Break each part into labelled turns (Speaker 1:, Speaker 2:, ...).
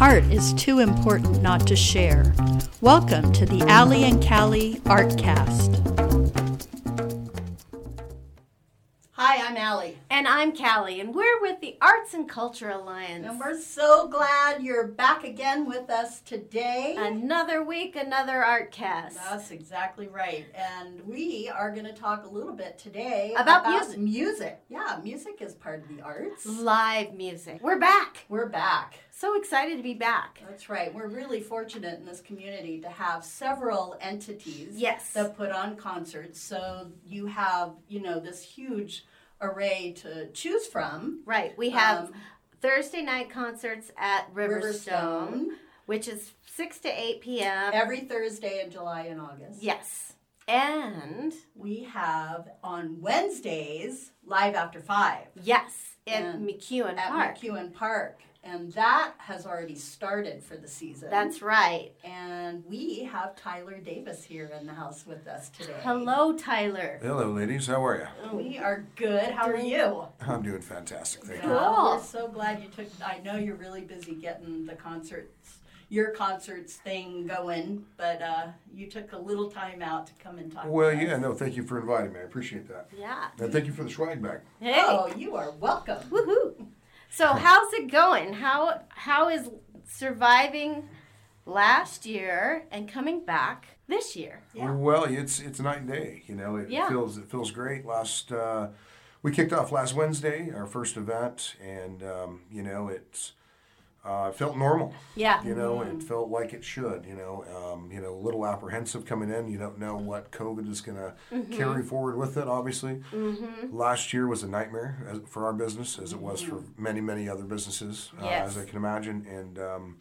Speaker 1: Art is too important not to share. Welcome to the Allie and Callie Artcast. Hi, I'm Allie,
Speaker 2: And I'm Callie, and we're with the Arts and Culture Alliance.
Speaker 1: and we're so glad you're back again with us today.
Speaker 2: another week, another art cast.
Speaker 1: That's exactly right. And we are going to talk a little bit today
Speaker 2: About music.
Speaker 1: music. Yeah, music is part of the arts.
Speaker 2: Live music. We're back.
Speaker 1: We're back.
Speaker 2: So excited to be back.
Speaker 1: That's right. We're really fortunate in this community to have several entities
Speaker 2: Yes.
Speaker 1: that put on concerts. So you have, you know, this huge array to choose from.
Speaker 2: Right. We have
Speaker 1: Um,
Speaker 2: Thursday night concerts at Riverstone,
Speaker 1: Riverstone
Speaker 2: which is 6 to 8 p.m.
Speaker 1: every Thursday in July and August.
Speaker 2: yes. And
Speaker 1: We have on Wednesdays live after 5
Speaker 2: yes, at
Speaker 1: And
Speaker 2: McEwen
Speaker 1: at
Speaker 2: Park.
Speaker 1: McEwen Park. And that has already started for the season.
Speaker 2: That's right.
Speaker 1: and we have Tyler Davis here in the house with us today.
Speaker 2: Hello, Tyler.
Speaker 3: Hello, ladies. How are you?
Speaker 1: We are good. How are you?
Speaker 3: I'm doing fantastic. Thank you.
Speaker 2: Cool.
Speaker 1: We're so glad you took. I know you're really busy getting the concerts, your concerts thing going, but uh, you took a little time out to come and talk. to
Speaker 3: Well,
Speaker 1: us.
Speaker 3: yeah, no, thank you for inviting me. I appreciate that.
Speaker 2: Yeah.
Speaker 3: And thank you for the swag bag.
Speaker 2: Hey.
Speaker 1: Oh, you are welcome.
Speaker 2: Woohoo! So how's it going? How how is surviving last year and coming back this year?
Speaker 1: Yeah.
Speaker 3: Well, it's it's night and day. You know, it
Speaker 2: Yeah.
Speaker 3: feels it feels great. Last uh, we kicked off last Wednesday, our first event, and um, you know, it's uh, it felt normal.
Speaker 2: Yeah.
Speaker 3: You know, it felt like it should. You know, um, you know, a little apprehensive coming in. You don't know what COVID is going to carry forward with it. Obviously, last year was a nightmare as, for our business, as it was for many, many other businesses, uh,
Speaker 2: Yes.
Speaker 3: as I can imagine. And um,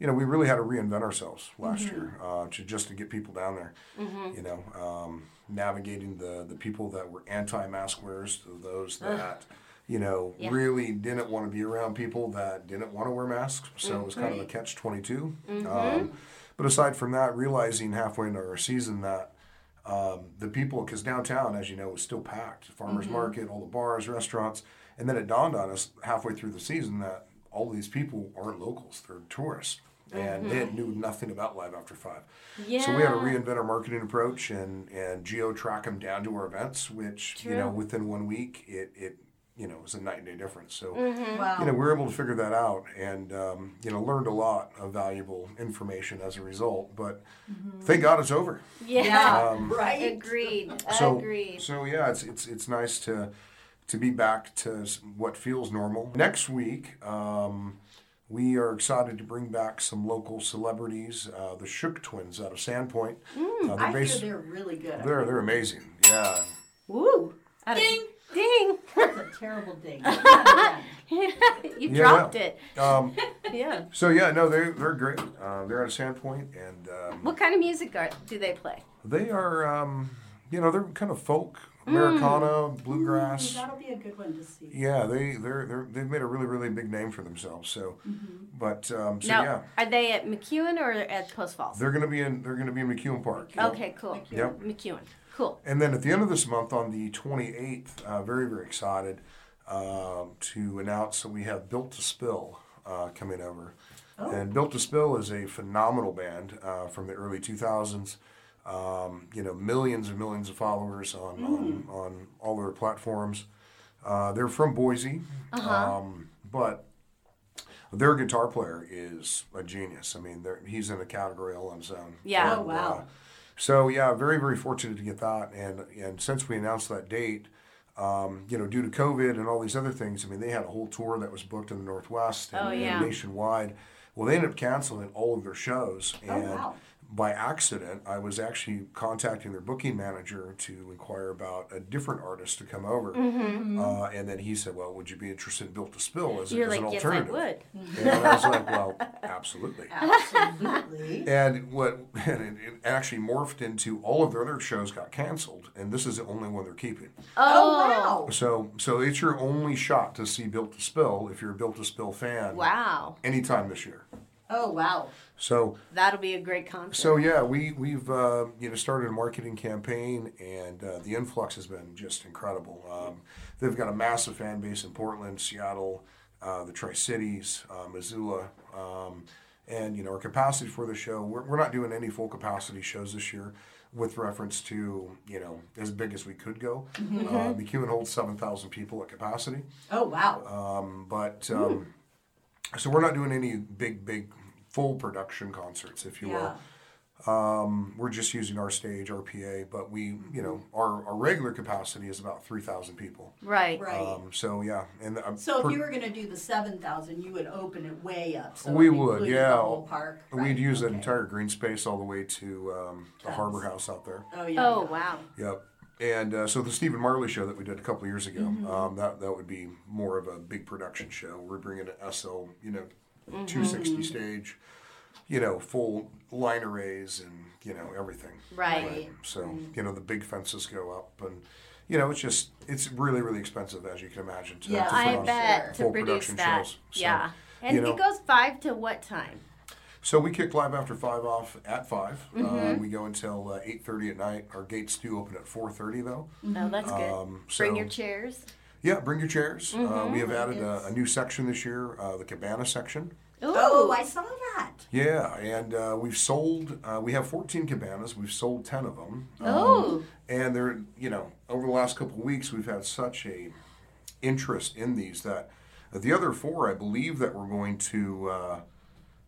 Speaker 3: you know, we really had to reinvent ourselves last year uh, to just to get people down there. You know, um, navigating the the people that were anti-mask wearers to those that. You know,
Speaker 2: Yeah.
Speaker 3: really didn't want to be around people that didn't want to wear masks, so it was kind of a catch 22 Um, but aside from that, realizing halfway into our season that um, the people, because downtown, as you know, was still packed. Farmers market, all the bars, restaurants. And then it dawned on us halfway through the season that all these people aren't locals, they're tourists. And they knew nothing about Live After Five. So we had to
Speaker 2: Yeah.
Speaker 3: reinvent our marketing approach and, and geo track them down to our events, which, you know,
Speaker 2: True.
Speaker 3: within one week, it, it you know, was a night and day difference. So
Speaker 1: Mm. Wow.
Speaker 3: you know, we were able to figure that out and, um, you know, learned a lot of valuable information as a result. But thank God it's over.
Speaker 2: Yeah.
Speaker 1: yeah. Mm-hmm. right.
Speaker 2: Agreed.
Speaker 3: So,
Speaker 2: Agreed.
Speaker 3: so yeah, it's, it's, it's nice to, to be back to s- what feels normal. Next week, um, we are excited to bring back some local celebrities, uh, the Shook Twins out of Sandpoint. Uh, they're,
Speaker 1: Mm, I hear
Speaker 3: based,
Speaker 1: they're really good.
Speaker 3: they're, they're amazing. Yeah.
Speaker 2: Woo! Out of-
Speaker 1: Ding.
Speaker 2: Ding!
Speaker 1: That's a terrible ding. Yeah.
Speaker 2: you
Speaker 3: Yeah.
Speaker 2: dropped it.
Speaker 3: Um,
Speaker 2: Yeah.
Speaker 3: so yeah, no, they're, they're great. Uh, they're out of Sandpoint and, um,
Speaker 2: What kind of music are, do they play?
Speaker 3: They are, um, you know, they're kind of folk,
Speaker 2: Mm.
Speaker 3: Americana, bluegrass.
Speaker 1: That'll be a good one to see.
Speaker 3: Yeah, they they're, they're they've made a really really big name for themselves. So, but um, so
Speaker 2: Mm-hmm. now,
Speaker 3: yeah,
Speaker 2: are they at McEwen or at Post Falls?
Speaker 3: they're gonna be in they're gonna be in McEwen Park. you know?
Speaker 2: Okay, cool.
Speaker 3: Yep.
Speaker 2: McEwen. Cool.
Speaker 3: And then at the end of this month, on the 28th, uh, very, very excited um, to announce that we have Built to Spill uh, coming over. And Built to Spill is a phenomenal band uh, from the early 2000s. Um, you know, millions and millions of followers on, on, on all their platforms. Uh, they're from Boise,
Speaker 2: Uh-huh.
Speaker 3: um, but their guitar player is a genius. I mean, they're- he's in a category all on his own. uh,
Speaker 2: Yeah.
Speaker 1: Oh, wow.
Speaker 3: so yeah, very very fortunate to get that, and and since we announced that date, um, you know, due to COVID and all these other things, I mean, they had a whole tour that was booked in the Northwest and,
Speaker 2: Oh,
Speaker 3: and
Speaker 2: yeah.
Speaker 3: nationwide. Well, they ended up canceling all of their shows,
Speaker 2: Oh,
Speaker 3: and
Speaker 1: wow.
Speaker 3: by accident, I was actually contacting their booking manager to inquire about a different artist to come over, uh, and then he said, "Well, would you be interested in Built to Spill as,
Speaker 2: Mm-hmm.
Speaker 3: a-
Speaker 2: You're
Speaker 3: as an
Speaker 2: like, yes, I
Speaker 3: alternative?"
Speaker 2: would.
Speaker 3: And I was like, "Well, absolutely."
Speaker 1: Absolutely.
Speaker 3: And what and it, it actually morphed into all of their other shows got canceled, and this is the only one they're keeping.
Speaker 1: Oh, wow.
Speaker 3: So, so it's your only shot to see Built to Spill if you're a Built to Spill fan.
Speaker 2: Wow.
Speaker 3: Anytime this year.
Speaker 1: Oh, wow.
Speaker 3: So,
Speaker 2: That'll be a great concert.
Speaker 3: so yeah, we we've uh, you know started a marketing campaign, and uh, the influx has been just incredible. Um, they've got a massive fan base in Portland, Seattle, uh, the Tri Cities, uh, Missoula. Um, and you know our capacity for the show we're, we're not doing any full capacity shows this year with reference to you know as big as we could go uh, mcewen holds 7000 people at capacity
Speaker 1: Oh, wow.
Speaker 3: um, but um, so we're not doing any big big full production concerts if you
Speaker 1: Yeah.
Speaker 3: will we're just using our stage our pa but we you know
Speaker 1: Mm-hmm.
Speaker 3: our, our regular capacity is about 3000 people
Speaker 2: Right.
Speaker 1: Right.
Speaker 3: um, so yeah and um,
Speaker 1: So
Speaker 3: per-
Speaker 1: if you were going to do the seven thousand, you would open it way up. So
Speaker 3: We
Speaker 1: it
Speaker 3: would,
Speaker 1: included
Speaker 3: yeah.
Speaker 1: The whole park.
Speaker 3: we'd
Speaker 1: right,
Speaker 3: use that
Speaker 1: okay.
Speaker 3: entire green space all the way to um, the harbor house out there
Speaker 1: Oh yeah.
Speaker 2: Oh wow.
Speaker 3: Yep. And uh, so the Stephen Marley show that we did a couple of years ago,
Speaker 1: Mm-hmm.
Speaker 3: um, that that would be more of a big production show. We're bringing an SL, you know,
Speaker 1: Mm-hmm.
Speaker 3: 260 stage, you know, full line arrays and you know everything.
Speaker 2: Right.
Speaker 3: So you know the big fences go up, and you know it's just it's really really expensive as you can imagine. To,
Speaker 1: Yeah,
Speaker 3: to
Speaker 2: I
Speaker 3: put on
Speaker 2: bet to
Speaker 3: full
Speaker 2: produce
Speaker 3: production
Speaker 2: that.
Speaker 3: shows. So,
Speaker 2: yeah. And
Speaker 3: you know.
Speaker 2: it goes five to what time?
Speaker 3: So we kick live after five off at 5
Speaker 2: Mm-hmm.
Speaker 3: Uh, we go until uh, eight thirty at night. Our gates do open at four thirty though.
Speaker 1: Mm-hmm.
Speaker 2: Oh, that's good.
Speaker 3: Um, so
Speaker 2: Bring your Mm-hmm. chairs.
Speaker 3: Yeah, bring your chairs. Uh, we have added a, a new section this year, uh, the cabana section.
Speaker 2: Ooh.
Speaker 1: Oh, I saw that.
Speaker 3: Yeah, and uh, we've sold. Uh, we have 14 cabanas. We've sold 10 of them. Um,
Speaker 2: Ooh.
Speaker 3: And they're you know over the last couple of weeks we've had such a interest in these that the other four I believe that we're going to. Uh,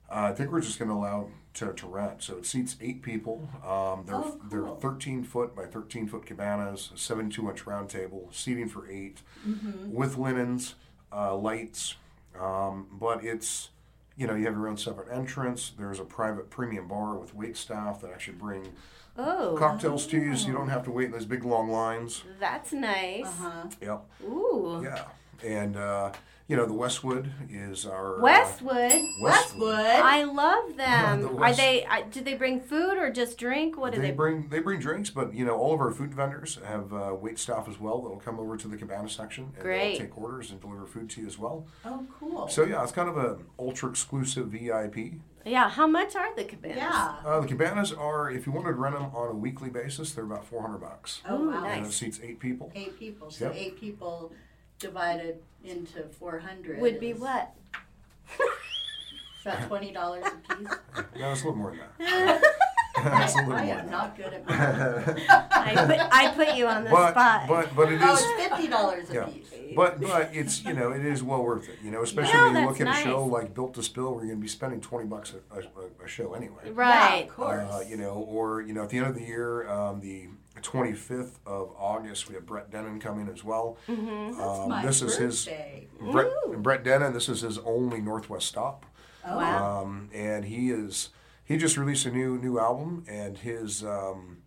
Speaker 3: uh, I think we're just going to allow to, to rent. So it seats eight people. Um, they're
Speaker 1: Oh,
Speaker 3: they're
Speaker 1: cool.
Speaker 3: 13 foot by 13 foot cabanas, a 72 inch round table, seating for 8
Speaker 1: Mm-hmm.
Speaker 3: with linens, uh, lights. Um, but it's you know you have your own separate entrance. There's a private premium bar with wait staff that actually bring
Speaker 2: Oh,
Speaker 3: cocktails to you, so you don't have to wait in those big long lines.
Speaker 2: that's nice.
Speaker 1: Uh-huh.
Speaker 3: Yep.
Speaker 2: Ooh.
Speaker 3: Yeah. And uh, you know the Westwood is our uh,
Speaker 2: Westwood.
Speaker 1: Westwood.
Speaker 2: I love them.
Speaker 3: The
Speaker 2: Are
Speaker 3: West-
Speaker 2: they? I- Do they bring food or just drink? What do
Speaker 3: they
Speaker 2: they?
Speaker 3: bring they bring drinks, but you know all of our food vendors have uh, wait staff as well that will come over to the cabana section and
Speaker 2: Great.
Speaker 3: they'll take orders and deliver food to you as well.
Speaker 1: Oh, cool.
Speaker 3: So yeah, it's kind of an ultra exclusive VIP.
Speaker 2: Yeah. How much are the cabanas?
Speaker 1: yeah.
Speaker 3: Uh, the cabanas are if you wanted to rent them on a weekly basis, they're about four hundred bucks,
Speaker 1: Oh,
Speaker 2: Ooh,
Speaker 1: wow.
Speaker 2: nice.
Speaker 3: and it seats eight people.
Speaker 1: Eight people. So
Speaker 3: Yep.
Speaker 1: eight people divided into four hundred
Speaker 2: Would be what?
Speaker 1: About twenty dollars a piece.
Speaker 3: No, it's a little more than that. It's a little
Speaker 1: I
Speaker 3: more
Speaker 1: am
Speaker 3: than
Speaker 1: not good at math.
Speaker 3: that.
Speaker 2: I put, I put you on the
Speaker 3: but
Speaker 2: spot.
Speaker 3: but but it
Speaker 1: Oh,
Speaker 3: is
Speaker 1: it's fifty dollars a
Speaker 3: Yeah.
Speaker 1: piece.
Speaker 3: But but it's you know it is well worth it you know especially
Speaker 2: Yeah,
Speaker 3: when you
Speaker 2: that's
Speaker 3: look at a show
Speaker 2: nice.
Speaker 3: like Built to Spill where you're going to be spending twenty bucks a, a, a show anyway.
Speaker 1: Yeah,
Speaker 2: right.
Speaker 1: of course.
Speaker 3: Uh, you know, or you know, at the end of the year, um, the 25th of August, we have Brett Denon coming as well. Mm-hmm. Um,
Speaker 1: My
Speaker 3: this
Speaker 1: birthday.
Speaker 3: is his Brett, Brett Denon. This is his only Northwest stop,
Speaker 1: Oh,
Speaker 2: Wow.
Speaker 3: um, and he is he just released a new new album, and his um,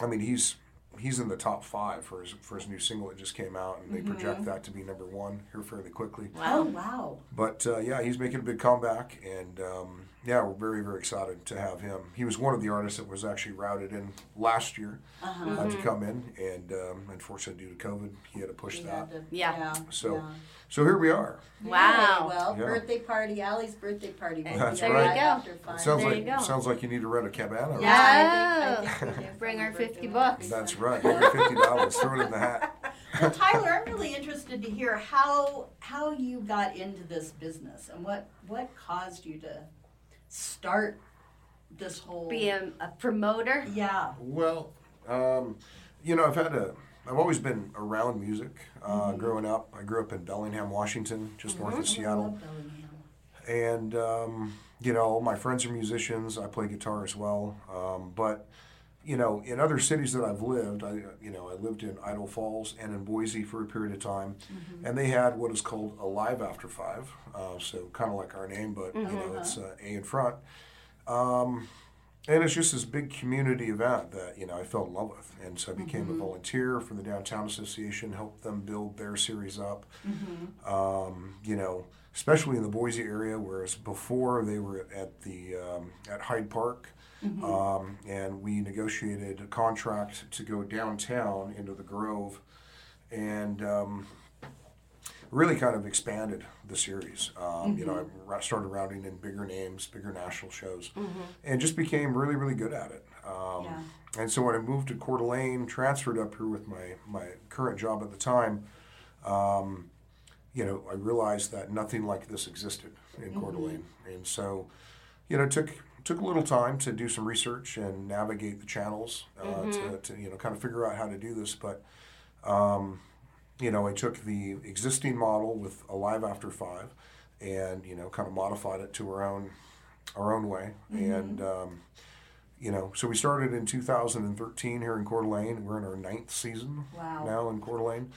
Speaker 3: I mean he's he's in the top five for his for his new single that just came out, and they
Speaker 2: Mm-hmm.
Speaker 3: project that to be number one here fairly quickly.
Speaker 1: Oh wow.
Speaker 3: But uh, yeah, he's making a big comeback, and um, yeah, we're very, very excited to have him. He was one of the artists that was actually routed in last year
Speaker 1: Uh-huh.
Speaker 3: uh to
Speaker 2: Mm-hmm.
Speaker 3: come in, and um, unfortunately, due to COVID, he had to push
Speaker 1: We
Speaker 3: that.
Speaker 1: had to-
Speaker 2: Yeah.
Speaker 3: so,
Speaker 1: yeah.
Speaker 3: so here we are.
Speaker 2: Wow.
Speaker 1: Yay, well,
Speaker 3: Yeah.
Speaker 1: birthday party, Allie's birthday party. will be
Speaker 3: That's
Speaker 1: right
Speaker 3: right.
Speaker 1: After five.
Speaker 3: It sounds
Speaker 2: There
Speaker 3: like
Speaker 2: you go.
Speaker 3: sounds like you need to rent a cabana. or
Speaker 2: Yeah.
Speaker 1: I think- I think we did
Speaker 2: Bring
Speaker 1: for
Speaker 2: our
Speaker 1: birthday
Speaker 2: 50
Speaker 1: lunch.
Speaker 2: bucks.
Speaker 3: something. That's right. Every fifty dollars, throw it in the hat.
Speaker 1: Well, Tyler, I'm really interested to hear how how you got into this business and what what caused you to start this whole.
Speaker 2: Be a, a promoter.
Speaker 1: yeah.
Speaker 3: Well, um, you know, I've had a, I've always been around music. Uh, Growing up, I grew up in Bellingham, Washington, just north of
Speaker 1: I
Speaker 3: Seattle.
Speaker 1: love Bellingham.
Speaker 3: and um, you know my friends are musicians i play guitar as well um, but you know in other cities that i've lived i you know i lived in idle falls and in boise for a period of time and they had what is called a live after five uh, so kind of like our name but you know it's uh, a in front Um, and it's just this big community event that you know I fell in love with, and so I became a volunteer for the downtown association, helped them build their series up. Um, you know, especially in the Boise area, whereas before they were at the um, at Hyde Park, um, and we negotiated a contract to go downtown into the Grove, and um, really kind of expanded the series. Um, You know, I ra- started rounding in bigger names, bigger national shows, and just became really, really good at it. Um,
Speaker 1: Yeah.
Speaker 3: And so when I moved to Coeur d'Alene, transferred up here with my, my current job at the time, um, you know, I realized that nothing like this existed in Coeur d'Alene. And so, you know, it took took a little time to do some research and navigate the channels uh, to, to you know kind of figure out how to do this. But um, you know, I took the existing model with Alive After Five, and you know, kind of modified it to our own our own way. And um, you know, so we started in 2013 here in Coeur d'Alene. We're in our ninth season
Speaker 1: Wow.
Speaker 3: now in Coeur d'Alene,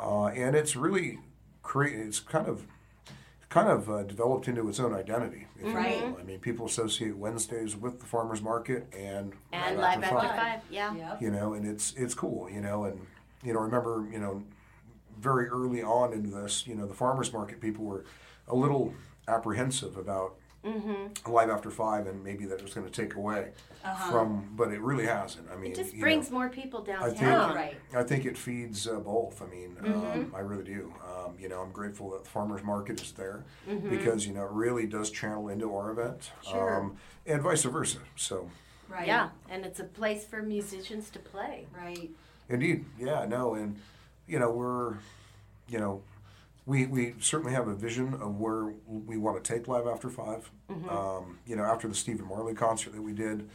Speaker 3: uh, and it's really create. It's kind of kind of uh, developed into its own identity. If you
Speaker 1: Right.
Speaker 3: will. I mean, people associate Wednesdays with the farmers market and
Speaker 2: And
Speaker 3: Live
Speaker 2: live after
Speaker 1: Five.
Speaker 2: five, yeah.
Speaker 1: Yep.
Speaker 3: you know, and it's it's cool, you know, and you know, I remember, you know, very early on in this, you know, the farmers market people were a little apprehensive about
Speaker 2: Mm-hmm.
Speaker 3: live after five and maybe that it was going to take away from, but it really hasn't. I mean,
Speaker 2: Uh-huh. It just
Speaker 3: you know,
Speaker 2: brings more people
Speaker 3: think-
Speaker 2: downtown.
Speaker 1: Right.
Speaker 3: I think it feeds uh, both. I mean, um, I really do. Um, you know, I'm grateful that the farmers market is there because you know it really does channel into our event,
Speaker 1: Sure.
Speaker 3: um, and vice versa. So.
Speaker 1: Right.
Speaker 2: Yeah, and it's a place for musicians to play.
Speaker 1: Right.
Speaker 3: Indeed, yeah, no, and you know we're, you know, we we certainly have a vision of where we want to take Live After 5 Um, you know, after the Stephen Marley concert that we did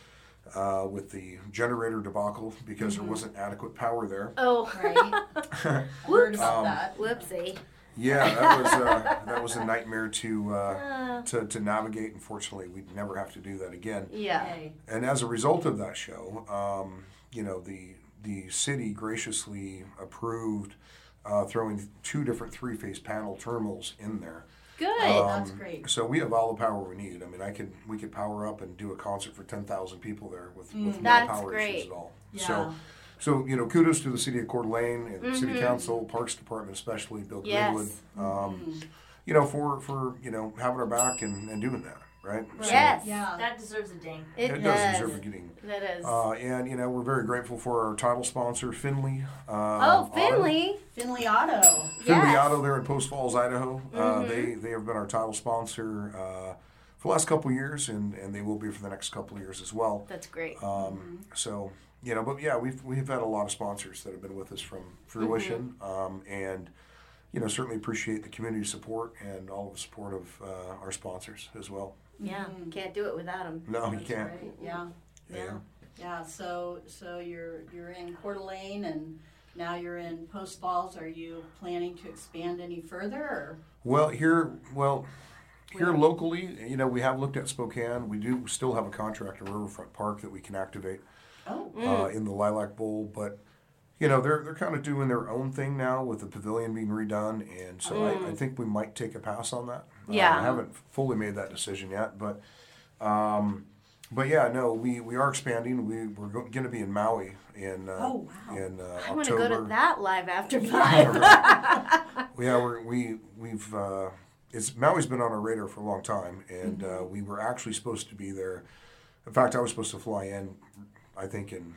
Speaker 3: uh, with the generator debacle because there wasn't adequate power there.
Speaker 2: Oh,
Speaker 1: Right. I Heard about
Speaker 3: Um,
Speaker 1: that.
Speaker 2: whoopsie.
Speaker 3: Yeah, that was uh, that was a nightmare to uh, to to navigate. Unfortunately, we'd never have to do that again.
Speaker 2: Yeah.
Speaker 1: Yay.
Speaker 3: and as a result of that show, um, you know the the city graciously approved uh, throwing two different three phase panel terminals in there. Um,
Speaker 2: Good.
Speaker 3: Uh,
Speaker 1: Hey, that's great.
Speaker 3: So we have all the power we need. I mean, I could we could power up and do a concert for ten thousand people there with,
Speaker 1: Mm,
Speaker 3: with no
Speaker 2: That's
Speaker 3: power issues
Speaker 2: great.
Speaker 3: at all.
Speaker 1: Yeah.
Speaker 3: So. So you know, kudos to the city of Coeur d'Alene and the
Speaker 1: Mm-hmm.
Speaker 3: city council, parks department, especially Bill
Speaker 2: Yes.
Speaker 3: Greenwood. Um,
Speaker 1: Mm-hmm.
Speaker 3: You know, for for you know having our back and, and doing that, right? So
Speaker 2: Yes.
Speaker 1: Yeah.
Speaker 4: That deserves a ding.
Speaker 2: It,
Speaker 3: it
Speaker 2: does.
Speaker 3: does deserve getting
Speaker 2: That is.
Speaker 3: uh, and you know we're very grateful for our title sponsor, Finley. Uh,
Speaker 2: oh,
Speaker 3: Auto-
Speaker 2: Finley.
Speaker 1: Finley Auto.
Speaker 3: Finley
Speaker 2: Yes. Mm-hmm.
Speaker 3: Auto there in Post Falls, Idaho. Uh, they they have been our title sponsor uh, for the last couple of years, and and they will be for the next couple of years as well.
Speaker 2: That's great. Mm-hmm.
Speaker 3: Um, so you know, but yeah, we've we've had a lot of sponsors that have been with us from fruition,
Speaker 2: Mm-hmm.
Speaker 3: um, and you know certainly appreciate the community support and all of the support of uh, our sponsors as well.
Speaker 2: yeah. Can't do it without him.
Speaker 3: No, you can't.
Speaker 1: Right. Yeah.
Speaker 2: Yeah.
Speaker 1: Yeah. So so you're you're in Coeur d'Alene and now you're in Post Falls. Are you planning to expand any further? Or?
Speaker 3: Well, here, well, here locally, you know, we have looked at Spokane. We do still have a contract at Riverfront Park that we can activate
Speaker 1: Oh.
Speaker 3: uh,
Speaker 2: Mm.
Speaker 3: in the Lilac Bowl, but you know they're they're kind of doing their own thing now with the pavilion being redone, and so I, I think we might take a pass on that. Uh,
Speaker 2: Mm. Yeah.
Speaker 3: I haven't fully made that decision yet, but um, but yeah, no, we we are expanding. We we're going to be in Maui in uh,
Speaker 1: Oh, wow.
Speaker 3: in uh,
Speaker 2: I want to
Speaker 3: October.
Speaker 2: go to that live after five.
Speaker 3: Yeah, we're, we we've uh, it's Maui's been on our radar for a long time, and uh, we were actually supposed to be there. In fact, I was supposed to fly in, I think in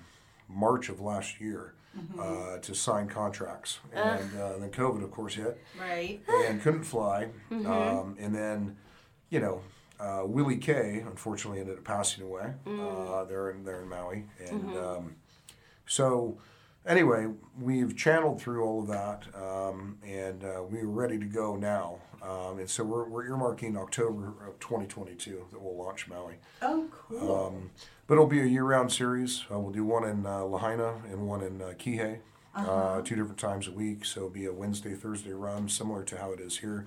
Speaker 3: March of last year, uh, to sign contracts, and uh, then COVID, of course, hit,
Speaker 1: Right.
Speaker 3: and couldn't fly, um, and then you know. Uh, Willie K, unfortunately, ended up passing away. Uh, there in there in Maui, and um, so, anyway, we've channeled through all of that, um, and uh, we're ready to go now. Um, and so we're, we're earmarking October of 2022 that we'll launch Maui.
Speaker 1: Oh, cool.
Speaker 3: Um, but it'll be a year-round series. Uh, we'll do one in uh, Lahaina and one in uh, Kihei,
Speaker 1: Uh-huh.
Speaker 3: uh, two different times a week. So it'll be a Wednesday, Thursday run, similar to how it is here.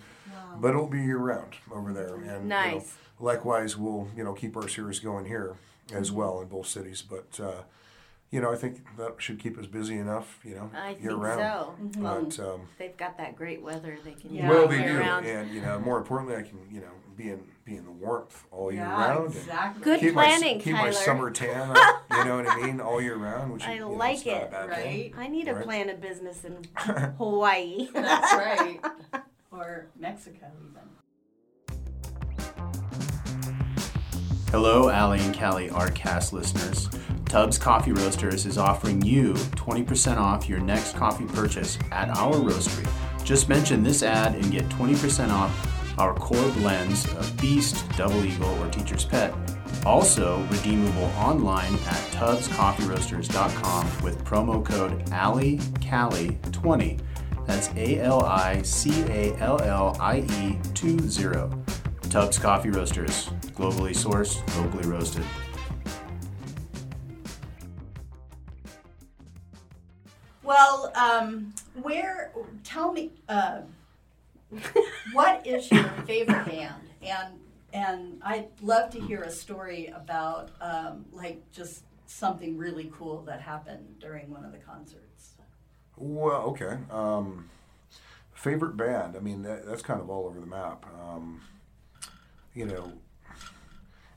Speaker 3: But it'll be year-round over there. And you know,
Speaker 2: Nice.
Speaker 3: likewise, we'll you know keep our series going here as
Speaker 1: Mm-hmm.
Speaker 3: well in both cities. But uh, you know, I think that should keep us busy enough. You know,
Speaker 2: I think
Speaker 3: year-round.
Speaker 2: so.
Speaker 1: Mm-hmm.
Speaker 3: But um,
Speaker 2: They've got that great weather. They can
Speaker 1: Yeah.
Speaker 2: use
Speaker 3: well,
Speaker 2: all
Speaker 3: they
Speaker 2: year
Speaker 3: do,
Speaker 2: round.
Speaker 3: and you know, more importantly, I can you know be in be in the warmth all year
Speaker 1: Yeah.
Speaker 3: round. and-
Speaker 1: Exactly.
Speaker 2: Good
Speaker 3: keep
Speaker 2: planning,
Speaker 3: my, keep my
Speaker 2: Tyler.
Speaker 3: summer tan up, you know what I mean, all year round, which
Speaker 2: I
Speaker 3: you know,
Speaker 2: like
Speaker 3: it's not a
Speaker 2: it.
Speaker 3: bad thing.
Speaker 1: Right.
Speaker 2: I need to
Speaker 3: Right.
Speaker 2: plan a business in Hawaii.
Speaker 1: That's right. Or Mexico even.
Speaker 5: Hello, Allie and Callie Artcast listeners. Tubbs Coffee Roasters is offering you 20% off your next coffee purchase at our roastery. Just mention this ad and get 20% off our core blends of Beast, Double Eagle, or Teacher's Pet. Also redeemable online at tubbscoffeeroasters.com with promo code AllieCallie20. That's A L I C A L L I E 20. Tubbs Coffee Roasters, globally sourced, locally roasted.
Speaker 1: Well, um, where? Tell me, uh, what is your favorite band? And and I'd love to hear a story about um, like just something really cool that happened during one of the concerts.
Speaker 3: Well, okay. Um, favorite band? I mean, that, that's kind of all over the map. Um, you know,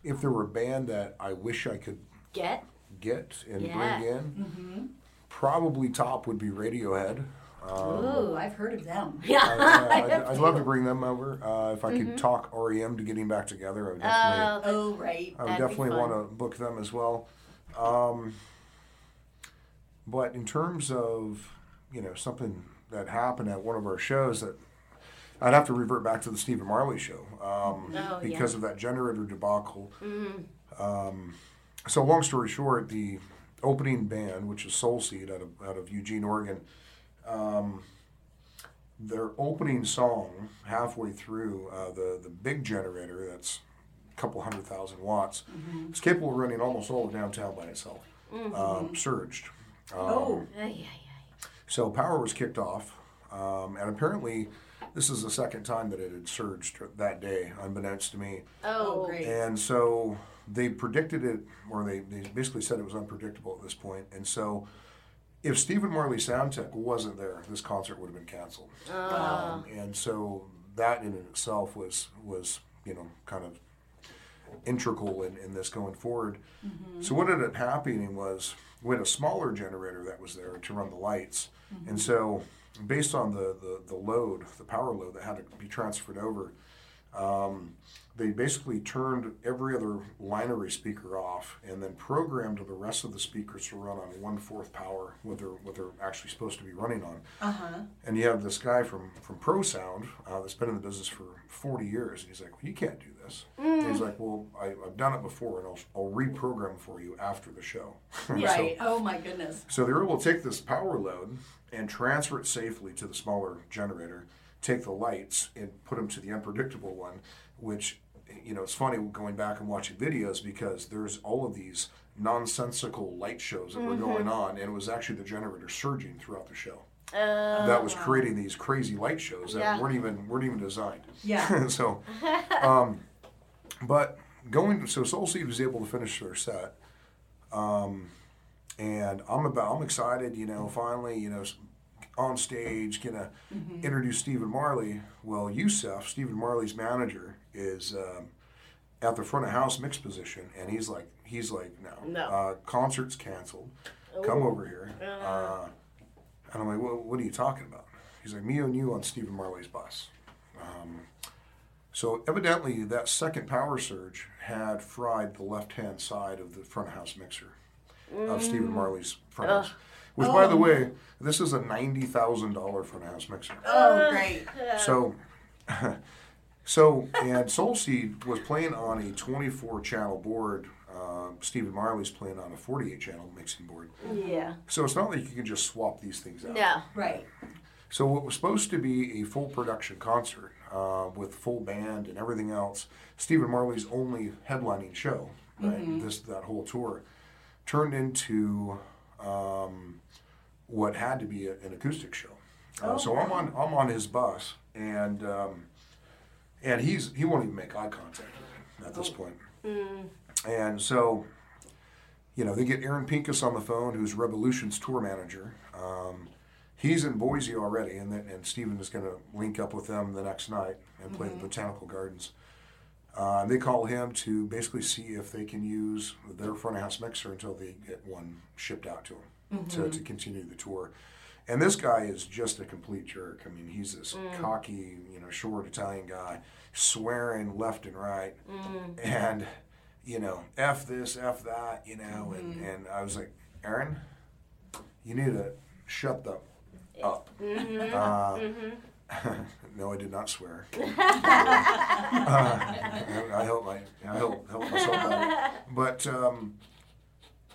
Speaker 3: if there were a band that I wish I could
Speaker 2: Get?
Speaker 3: get and
Speaker 2: Yeah. Mm-hmm.
Speaker 3: bring in, probably top would be Radiohead. uh,
Speaker 1: Ooh, I've heard of them.
Speaker 3: I,
Speaker 2: Yeah.
Speaker 3: would I'd love to bring them over. Uh, if I
Speaker 2: Mm-hmm.
Speaker 3: could talk REM to getting back together, I would definitely.
Speaker 2: Oh, that's-
Speaker 1: Oh, right.
Speaker 3: I would
Speaker 2: That'd be
Speaker 3: definitely
Speaker 2: fun.
Speaker 3: want to book them as well. Um, but in terms of you know something that happened at one of our shows that I'd have to revert back to the Stephen Marley show um,
Speaker 2: Oh, yeah. Mm-hmm.
Speaker 3: because of that generator debacle. Um, so long story short, the opening band, which is Soul Seed out of out of Eugene, Oregon, um, their opening song halfway through uh, the the big generator that's a couple hundred thousand watts,
Speaker 2: Mm-hmm.
Speaker 3: it's capable of running almost all of downtown by itself.
Speaker 2: Mm-hmm.
Speaker 3: Um, surged.
Speaker 1: oh,
Speaker 2: Ay, ay, ay.
Speaker 3: So power was kicked off, um, and apparently, this is the second time that it had surged that day, unbeknownst to me.
Speaker 2: Oh,
Speaker 1: Oh, great.
Speaker 3: And so they predicted it, or they, they basically said it was unpredictable at this point. And so, if Stephen Marley Soundtech wasn't there, this concert would have been canceled.
Speaker 2: Oh.
Speaker 3: Um, and so that in itself was was you know kind of integral in, in this going forward. So what ended up happening was we had a smaller generator that was there to run the lights, and so based on the, the the load, the power load that had to be transferred over, um, they basically turned every other linery speaker off and then programmed the rest of the speakers to run on one fourth power what they're what they're actually supposed to be running on. And you have this guy from from Pro Sound uh, that's been in the business for 40 years, and he's like, well, "You can't do this." And he's like, "Well, I, I've done it before, and I'll, I'll reprogram for you after the show." And so-
Speaker 1: right. oh my goodness.
Speaker 3: so they were able to take this power load and transfer it safely to the smaller generator, take the lights and put them to the unpredictable one, which, you know, it's funny going back and watching videos because there's all of these nonsensical light shows that were going on, and it was actually the generator surging throughout the show.
Speaker 2: Uh,
Speaker 3: that was creating these crazy light shows that
Speaker 2: Yeah.
Speaker 3: weren't even weren't even designed.
Speaker 1: Yeah.
Speaker 3: so, um, but going so Soul Seed was able to finish their set, um, and I'm about I'm excited. You know, finally, you know, s- on stage, gonna introduce Stephen Marley. Well, Youssef, Stephen Marley's manager, is. Um, at the front of house mix position, and he's like, he's like, no,
Speaker 2: No.
Speaker 3: Uh, concert's canceled. Come over here. Uh, and I'm like, well, what are you talking about? He's like, me and you on Stephen Marley's bus. Um, so evidently, that second power surge had fried the left-hand side of the front of house mixer of Stephen Marley's front house. Which, by the way, this is a ninety thousand dollar front of house mixer.
Speaker 1: Oh, great.
Speaker 3: So, so and Soul Seed was playing on a 24 channel board. Uh, Stephen Marley's playing on a 48 channel mixing board.
Speaker 2: yeah.
Speaker 3: So it's not like you can just swap these things out.
Speaker 2: No.
Speaker 1: Right.
Speaker 3: So what was supposed to be a full production concert uh, with full band and everything else, Stephen Marley's only headlining show, right? This that whole tour turned into um, what had to be a- an acoustic show. Uh, so I'm on I'm on his bus and um, and he's he won't even make eye contact with me at this point. And so you know, they get Aaron Pincus on the phone, who's Revolution's tour manager. Um, he's in Boise already, and then, and Steven is going to link up with them the next night and play the Botanical Gardens. Uh, they call him to basically see if they can use their front of house mixer until they get one shipped out to them to, to continue the tour. And this guy is just a complete jerk. I mean, he's this cocky, you know, short Italian guy, swearing left and right, and you know, f this, f that, you know, and and I was like, Aaron, you need to shut the up. Uh, no, I did not swear. Uh, I, I help my I help, help myself out. But um,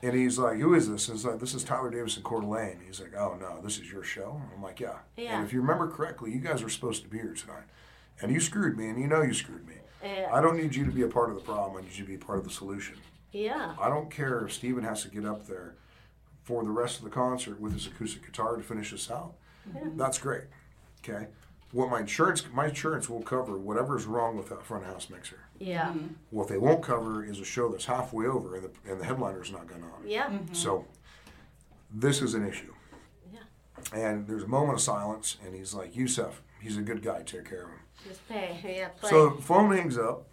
Speaker 3: And he's like, "Who is this?" And it's like, "This is Tyler Davis and Coeur d'Alene." He's like, "Oh no, this is your show." And I'm like, "Yeah."
Speaker 2: Yeah.
Speaker 3: And if you remember correctly, you guys were supposed to be here tonight, and you screwed me, and you know you screwed me.
Speaker 2: Yeah.
Speaker 3: I don't need you to be a part of the problem. I need you to be part of the solution.
Speaker 2: Yeah.
Speaker 3: I don't care if Steven has to get up there for the rest of the concert with his acoustic guitar to finish this out. That's great. Okay. What my insurance my insurance will cover whatever is wrong with that front of house mixer.
Speaker 2: Yeah.
Speaker 1: Mm-hmm.
Speaker 3: What they won't cover is a show that's halfway over and the and the headliner's not going on.
Speaker 2: Yeah.
Speaker 1: Mm-hmm.
Speaker 3: So this is an issue.
Speaker 2: Yeah.
Speaker 3: And there's a moment of silence and he's like, Yusef, he's a good guy, take care of him.
Speaker 2: Just pay. Yeah. Play.
Speaker 3: So the phone hangs up.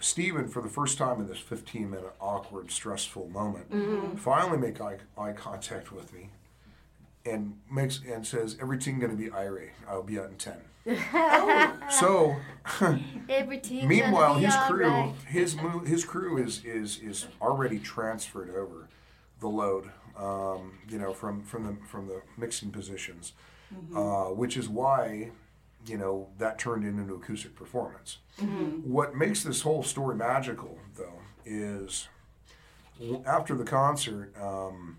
Speaker 3: Steven, for the first time in this 15 minute awkward, stressful moment,
Speaker 2: Mm-hmm.
Speaker 3: finally make eye, eye contact with me and makes and says, Everything gonna be irate. I'll be out in 10. so
Speaker 2: Everything.
Speaker 3: meanwhile, his
Speaker 2: all
Speaker 3: crew,
Speaker 2: right.
Speaker 3: his mo- his crew is is is already transferred over the load, um, you know, from from the from the mixing positions,
Speaker 2: Mm-hmm.
Speaker 3: uh, which is why, you know, that turned into acoustic performance. What makes this whole story magical, though, is w- after the concert. Um,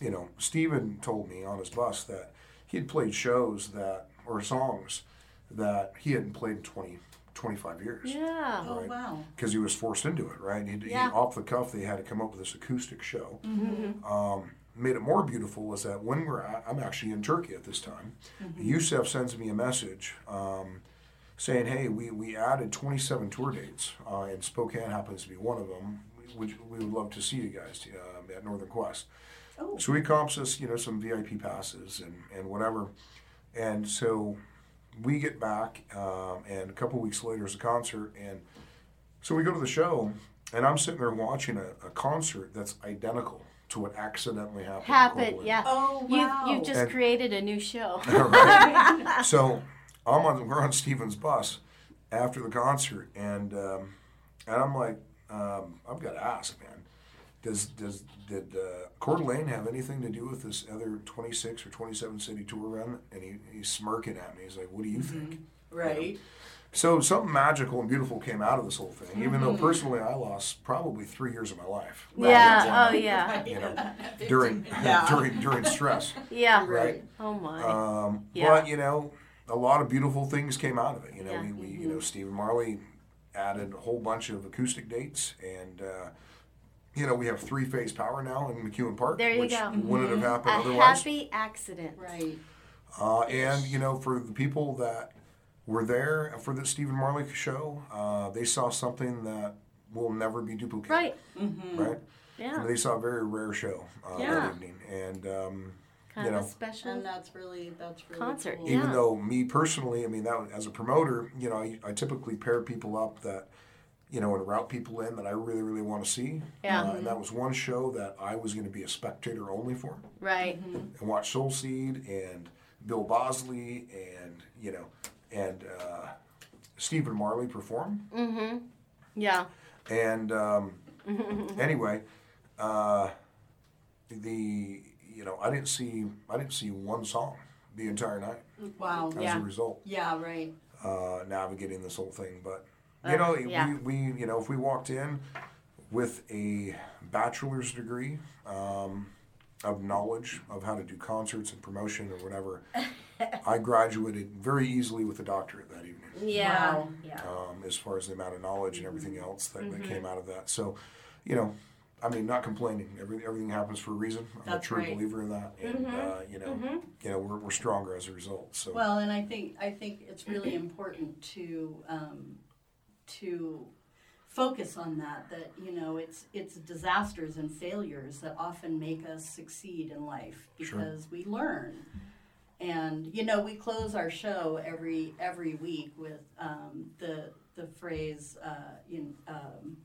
Speaker 3: you know, Steven told me on his bus that he had played shows that, or songs that he hadn't played in 20, 25 years.
Speaker 2: Yeah.
Speaker 1: Oh
Speaker 3: Right.
Speaker 1: wow.
Speaker 3: Because he was forced into it, right? He,
Speaker 2: Yeah. Mm-hmm.
Speaker 3: he, off the cuff, they had to come up with this acoustic show. Um, made it more beautiful is that when we're at, I'm actually in Turkey at this time,
Speaker 2: Mm-hmm.
Speaker 3: Yusef sends me a message um, saying, hey, we, we added 27 tour dates, uh, and Spokane happens to be one of them. Which we would love to see you guys um at Northern Quest.
Speaker 1: Oh.
Speaker 3: So he comps us, you know, some VIP passes and, and whatever. And so we get back, um, and a couple weeks later is a concert. And so we go to the show, and I'm sitting there watching a, a concert that's identical to what accidentally happened. in
Speaker 2: Happened.
Speaker 3: Oakland.
Speaker 2: Yeah.
Speaker 1: Oh wow.
Speaker 2: You you just
Speaker 3: And-
Speaker 2: created a new show.
Speaker 3: Right. so I'm on we're on Steven's bus after the concert, and um, and I'm like, um, I've got to ask, man. Does does did uh, Coeur d'Alene have anything to do with this other 26 or 27 city tour run? And he, he's smirking at me. He's like, "What do you think?"
Speaker 1: right.
Speaker 3: So something magical and beautiful came out of this whole thing. Even though personally, I lost probably three years of my life.
Speaker 2: yeah.
Speaker 3: Right.
Speaker 2: Oh yeah.
Speaker 3: You know, during
Speaker 1: uh, Yeah.
Speaker 3: during during stress,
Speaker 2: Yeah.
Speaker 3: right?
Speaker 2: Oh my.
Speaker 3: Um,
Speaker 2: Yeah.
Speaker 3: But you know, a lot of beautiful things came out of it. You know,
Speaker 2: Yeah. Mm-hmm.
Speaker 3: we, we you know Stephen Marley added a whole bunch of acoustic dates, and uh, you know we have three phase power now in McEwen Park,
Speaker 2: There you
Speaker 3: which
Speaker 2: go. Mm-hmm.
Speaker 3: wouldn't have
Speaker 2: a
Speaker 3: happened otherwise.
Speaker 2: happy accident.
Speaker 1: Right.
Speaker 3: Uh, and you know, for the people that were there for the Stephen Marley show, uh, they saw something that will never be duplicated.
Speaker 2: Right.
Speaker 3: Right.
Speaker 2: Yeah.
Speaker 3: They saw a very rare show uh,
Speaker 2: Yeah.
Speaker 3: that evening, and um,
Speaker 2: Kind
Speaker 3: you know,
Speaker 2: of a special.
Speaker 1: And that's really that's really
Speaker 2: Concert.
Speaker 1: cool.
Speaker 2: Yeah.
Speaker 3: even though me personally, I mean, that was- as a promoter, you know, I, I typically pair people up that, you know, and route people in that I really, really want to see.
Speaker 2: Yeah. Mm-hmm.
Speaker 3: Uh, and that was one show that I was going to be a spectator only for
Speaker 2: Right.
Speaker 1: Mm-hmm.
Speaker 3: and watch Soul Seed and Bill Bosley and, you know, and uh, Stephen Marley perform.
Speaker 2: Yeah.
Speaker 3: And um, anyway, uh, the, you know, I didn't see, I didn't see one song the entire night
Speaker 1: Wow.
Speaker 3: as
Speaker 2: Yeah.
Speaker 3: a result
Speaker 1: Yeah, right.
Speaker 3: uh, navigating this whole thing. But
Speaker 1: Oh,
Speaker 3: you know,
Speaker 2: yeah.
Speaker 3: we, we you know if we walked in with a bachelor's degree um, of knowledge of how to do concerts and promotion or whatever, I graduated very easily with a doctorate that evening.
Speaker 2: Yeah.
Speaker 1: Wow.
Speaker 2: Yeah.
Speaker 3: Um, as far as the amount of knowledge and
Speaker 1: Mm-hmm.
Speaker 3: everything else that, that came out of that, so you know. I mean, not complaining. Every, everything happens for a reason. I'm
Speaker 1: That's
Speaker 3: a true
Speaker 1: right. Mm-hmm.
Speaker 3: believer in that, and uh, you know, you know, we're, we're stronger as a result. So
Speaker 1: Well, and I think I think it's really important to um, to focus on that. That you know, it's it's disasters and failures that often make us succeed in life
Speaker 3: Sure.
Speaker 1: because we learn. And you know, we close our show every every week with um, the the phrase, uh, you know, um,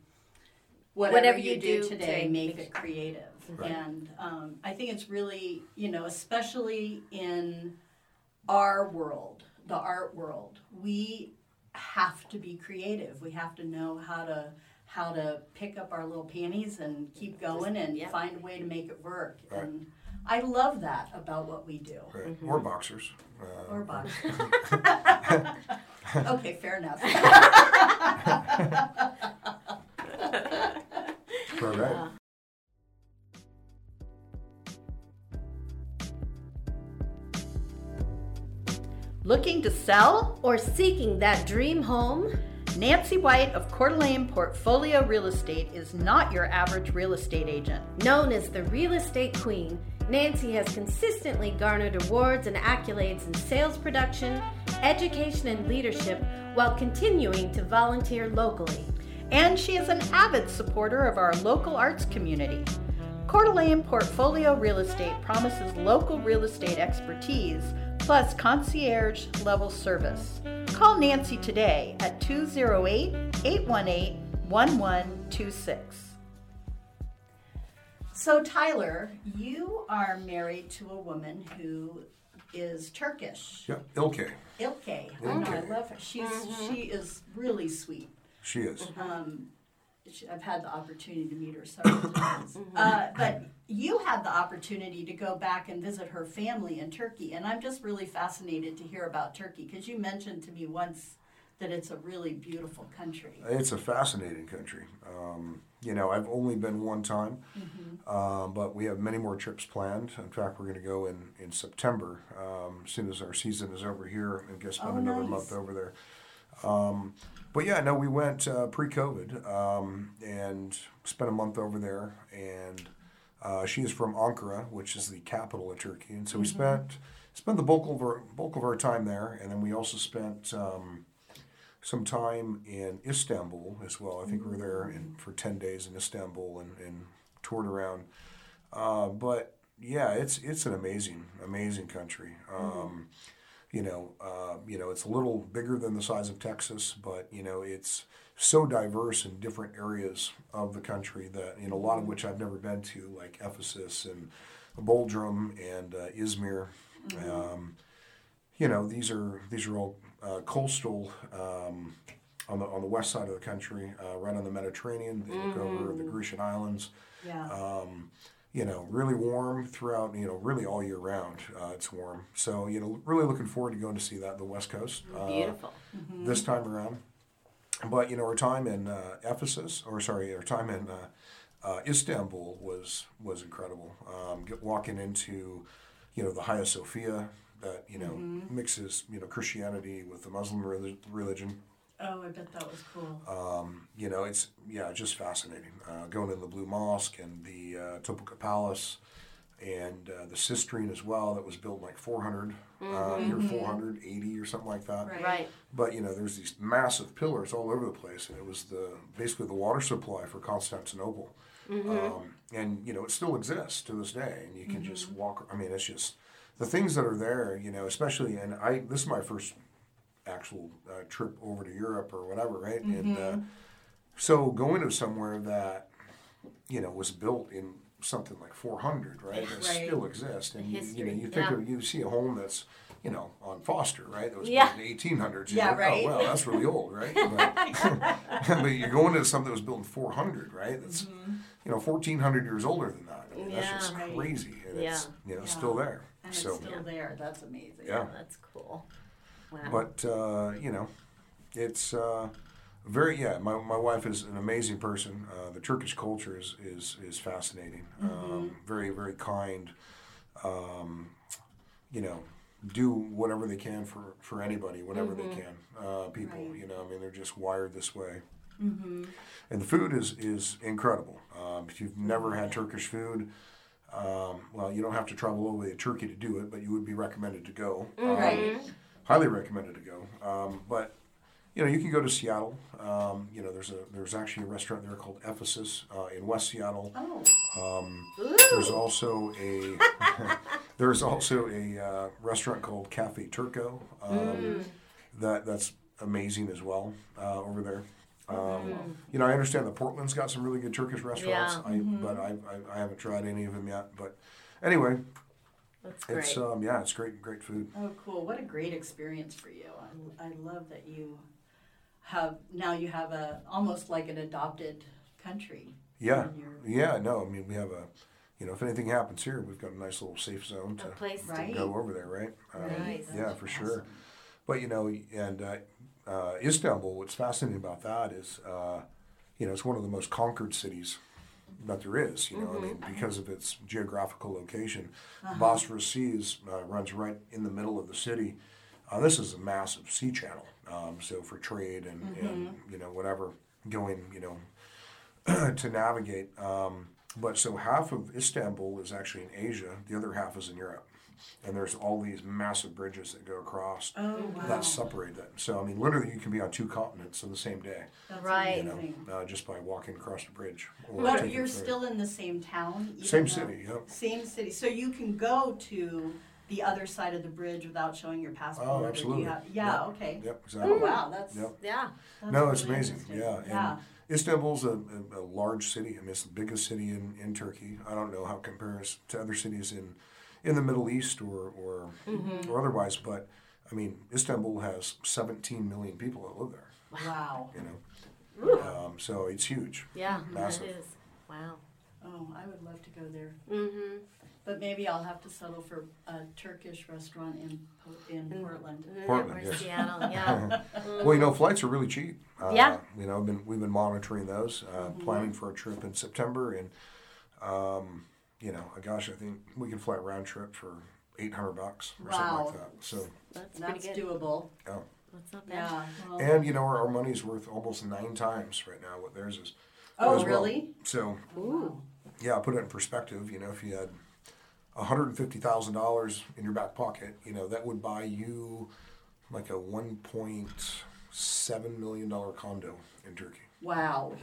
Speaker 1: whatever, you, do today, make it creative.
Speaker 3: Right.
Speaker 1: And um, I think it's really you know, especially in our world, the art world, we have to be creative. We have to know how to how to pick up our little panties and keep going and
Speaker 2: Yep.
Speaker 1: find a way to make it work.
Speaker 3: Right.
Speaker 1: And I love that about what we do.
Speaker 3: right. or boxers, uh,
Speaker 1: Or box. okay, fair enough.
Speaker 3: All right.
Speaker 1: Looking to sell?
Speaker 2: or seeking that dream home?
Speaker 1: Nancy White of Coeur d'Alene Portfolio Real Estate is not your average real estate agent.
Speaker 2: Known as the real estate queen, Nancy has consistently garnered awards and accolades in sales production, education, and leadership while continuing to volunteer locally.
Speaker 1: And she is an avid supporter of our local arts community. Coeur d'Alene Portfolio Real Estate promises local real estate expertise plus concierge level service. Call Nancy today at 208 818 1126. So, Tyler, you are married to a woman who is Turkish.
Speaker 3: Yep, Ilke.
Speaker 1: Ilke. Oh, I love her. She's she is really sweet.
Speaker 3: She is.
Speaker 1: Uh-huh. She- I've had the opportunity to meet her several times. Uh, but you had the opportunity to go back and visit her family in Turkey, and I'm just really fascinated to hear about Turkey because you mentioned to me once that it's a really beautiful country.
Speaker 3: It's a fascinating country. Um, you know, I've only been one time,
Speaker 1: Mm-hmm.
Speaker 3: uh, but we have many more trips planned. In fact, we're going to go in in September, um, as soon as our season is over here, and go spend
Speaker 1: Oh,
Speaker 3: another
Speaker 1: nice.
Speaker 3: month over there. Um, but yeah, no, we went uh, pre-COVID um, and spent a month over there. And uh, she is from Ankara, which is the capital of Turkey, and so
Speaker 1: Mm-hmm.
Speaker 3: we spent spent the bulk of our bulk of our time there, and then we also spent. Um, some time in Istanbul as well. I think we were there in, for 10 days in Istanbul and, and toured around. Uh, but yeah, it's it's an amazing, amazing country. Um, You know, uh, you know, it's a little bigger than the size of Texas, but you know, it's so diverse in different areas of the country that you know a lot of which I've never been to, like Ephesus and Boldrum and uh, Izmir. Um, you know, these are these are all uh, coastal um, on the on the west side of the country, uh, right on the Mediterranean. They look over the Grecian islands.
Speaker 1: Yeah.
Speaker 3: Um, you know, really warm throughout. You know, really all year round. Uh, it's warm. So you know, really looking forward to going to see that the west coast uh,
Speaker 2: Beautiful.
Speaker 3: this time around. But you know, our time in uh, Ephesus, or sorry, our time in uh, uh, Istanbul was was incredible. Um, get, walking into, you know, the Hagia Sophia that you know mixes you know Christianity with the Muslim reli- religion.
Speaker 1: oh, I bet that was cool.
Speaker 3: uh, You know, it's yeah, just fascinating. Uh, going in the Blue Mosque and the uh, Topeka Palace. And uh, the Sistrine as well, that was built in like 400, uh, year 480 or something like that.
Speaker 1: Right.
Speaker 2: Right.
Speaker 3: But you know, there's these massive pillars all over the place, and it was the basically the water supply for Constantinople.
Speaker 2: Mm-hmm.
Speaker 3: Um, and you know, it still exists to this day, and you can
Speaker 2: Mm-hmm.
Speaker 3: just walk. I mean, it's just the things that are there. You know, especially and I this is my first actual uh, trip over to Europe or whatever, right? And uh,
Speaker 2: Mm-hmm.
Speaker 3: so going to somewhere that you know was built in something like 400, right? That
Speaker 1: Right.
Speaker 3: still exists, and you, you know,
Speaker 2: History,
Speaker 3: you think
Speaker 2: yeah.
Speaker 3: of you see a home that's you know on Foster, right? That was
Speaker 2: Yeah.
Speaker 3: built in the 1800s. you
Speaker 1: Yeah,
Speaker 3: know,
Speaker 1: right.
Speaker 3: Oh, wow, that's really old, right? But, but you're going to something that was built in 400, right? That's you know 1400 years older than that. I mean, that's
Speaker 2: Yeah.
Speaker 3: just
Speaker 1: Mm-hmm. Right.
Speaker 3: crazy, and it's you know
Speaker 1: Yeah.
Speaker 3: still there.
Speaker 1: And
Speaker 3: so
Speaker 1: it's still there. That's amazing.
Speaker 3: yeah,
Speaker 2: Oh, That's cool. Wow.
Speaker 3: but uh, you know, it's uh, very yeah. My, my wife is an amazing person. Uh, the Turkish culture is is is fascinating.
Speaker 1: Mm-hmm.
Speaker 3: Um, very very kind. Um, you know, do whatever they can for for anybody, whatever they can. Uh, people,
Speaker 1: Right.
Speaker 3: you know, I mean, they're just wired this way. And the food is is incredible. Um, if you've never had Turkish food. Um, well, you don't have to travel all the way to Turkey to do it, but you would be recommended to go. Um,
Speaker 1: Right.
Speaker 3: highly recommended to go. Um, but you know, you can go to Seattle. Um, you know, there's a there's actually a restaurant there called Ephesus uh, in West Seattle.
Speaker 1: Oh,
Speaker 3: There's also a there's also a uh, restaurant called Cafe Turco um,
Speaker 2: Mm.
Speaker 3: that that's amazing as well uh, over there.
Speaker 2: Oh,
Speaker 3: Um, you know, I understand that Portland's got some really good Turkish restaurants,
Speaker 2: Yeah. mm-hmm.
Speaker 3: I, but I, I, I haven't tried any of them yet. But anyway,
Speaker 2: That's great.
Speaker 3: it's um, yeah, it's great, great food.
Speaker 1: oh, cool. What a great experience for you. I, I love that you have now you have a almost like an adopted country.
Speaker 3: Yeah,
Speaker 1: in your-
Speaker 3: yeah, no, I mean, we have a, you know, if anything happens here, we've got a nice little safe zone
Speaker 2: a
Speaker 3: to
Speaker 2: place to
Speaker 1: Right.
Speaker 3: go over there, right? Um,
Speaker 2: Nice.
Speaker 3: Yeah,
Speaker 1: That's
Speaker 3: for sure.
Speaker 1: awesome.
Speaker 3: But, you know, and uh, uh, Istanbul, what's fascinating about that is, uh, you know, it's one of the most conquered cities that there is, you know, I mean, because of its geographical location. Bosphorus Sea is, uh, runs right in the middle of the city. Uh, this is a massive sea channel, um, so for trade and, and you know whatever going you know to navigate. Um, but so half of Istanbul is actually in Asia, the other half is in Europe, and there's all these massive bridges that go across
Speaker 1: Oh, wow.
Speaker 3: that separate them. So I mean, literally, you can be on two continents in the same day,
Speaker 1: That's
Speaker 2: Right.
Speaker 3: you know,
Speaker 1: amazing.
Speaker 3: uh, just by walking across the bridge. or
Speaker 1: But
Speaker 3: taking
Speaker 1: you're
Speaker 3: ferry.
Speaker 1: still in the same town? even
Speaker 3: same
Speaker 1: though-
Speaker 3: city. Yep.
Speaker 1: Same city. So you can go to the other side of the bridge without showing your passport?
Speaker 3: Oh,
Speaker 1: or do you
Speaker 3: absolutely.
Speaker 1: have- Yeah,
Speaker 3: Yep.
Speaker 1: okay.
Speaker 3: Yep. Exactly.
Speaker 1: Oh, wow, that's,
Speaker 3: Yep.
Speaker 2: Yeah.
Speaker 1: that's
Speaker 3: no, it's
Speaker 1: really
Speaker 3: amazing.
Speaker 1: interesting.
Speaker 3: Yeah.
Speaker 1: Yeah.
Speaker 3: And Istanbul's a, a, a large city. I mean, it's the biggest city in, in Turkey. I don't know how it compares to other cities in in the Middle East or or,
Speaker 1: Mm-hmm.
Speaker 3: or otherwise, but I mean, Istanbul has 17 million people that live there.
Speaker 1: Wow.
Speaker 3: You know, um, so it's huge.
Speaker 2: Yeah.
Speaker 3: Massive.
Speaker 2: That is. Wow.
Speaker 1: Oh, I would love to go there.
Speaker 2: Mm-hmm.
Speaker 1: But maybe I'll have to settle for a Turkish restaurant in, Po- in Portland.
Speaker 3: Portland,
Speaker 2: or
Speaker 3: yes.
Speaker 2: Seattle. Yeah.
Speaker 3: Well, you know, flights are really cheap. Uh,
Speaker 2: Yeah.
Speaker 3: You know, I've been, we've been monitoring those, uh,
Speaker 1: Mm-hmm.
Speaker 3: planning for a trip in September, and um, you know, gosh, I think we can fly round trip for eight hundred bucks or something
Speaker 1: Wow.
Speaker 3: like that. So,
Speaker 2: That's
Speaker 1: That's
Speaker 2: pretty good.
Speaker 1: doable.
Speaker 3: oh.
Speaker 2: That's not bad.
Speaker 1: Yeah. well-
Speaker 3: and you know, our, our money's worth almost nine times right now what theirs is.
Speaker 1: Oh,
Speaker 3: as well.
Speaker 1: really?
Speaker 3: So,
Speaker 2: Ooh.
Speaker 3: yeah, put it in perspective. You know, if you had hundred and fifty thousand dollars in your back pocket, you know, that would buy you like a one point seven million dollar condo in Turkey.
Speaker 1: Wow.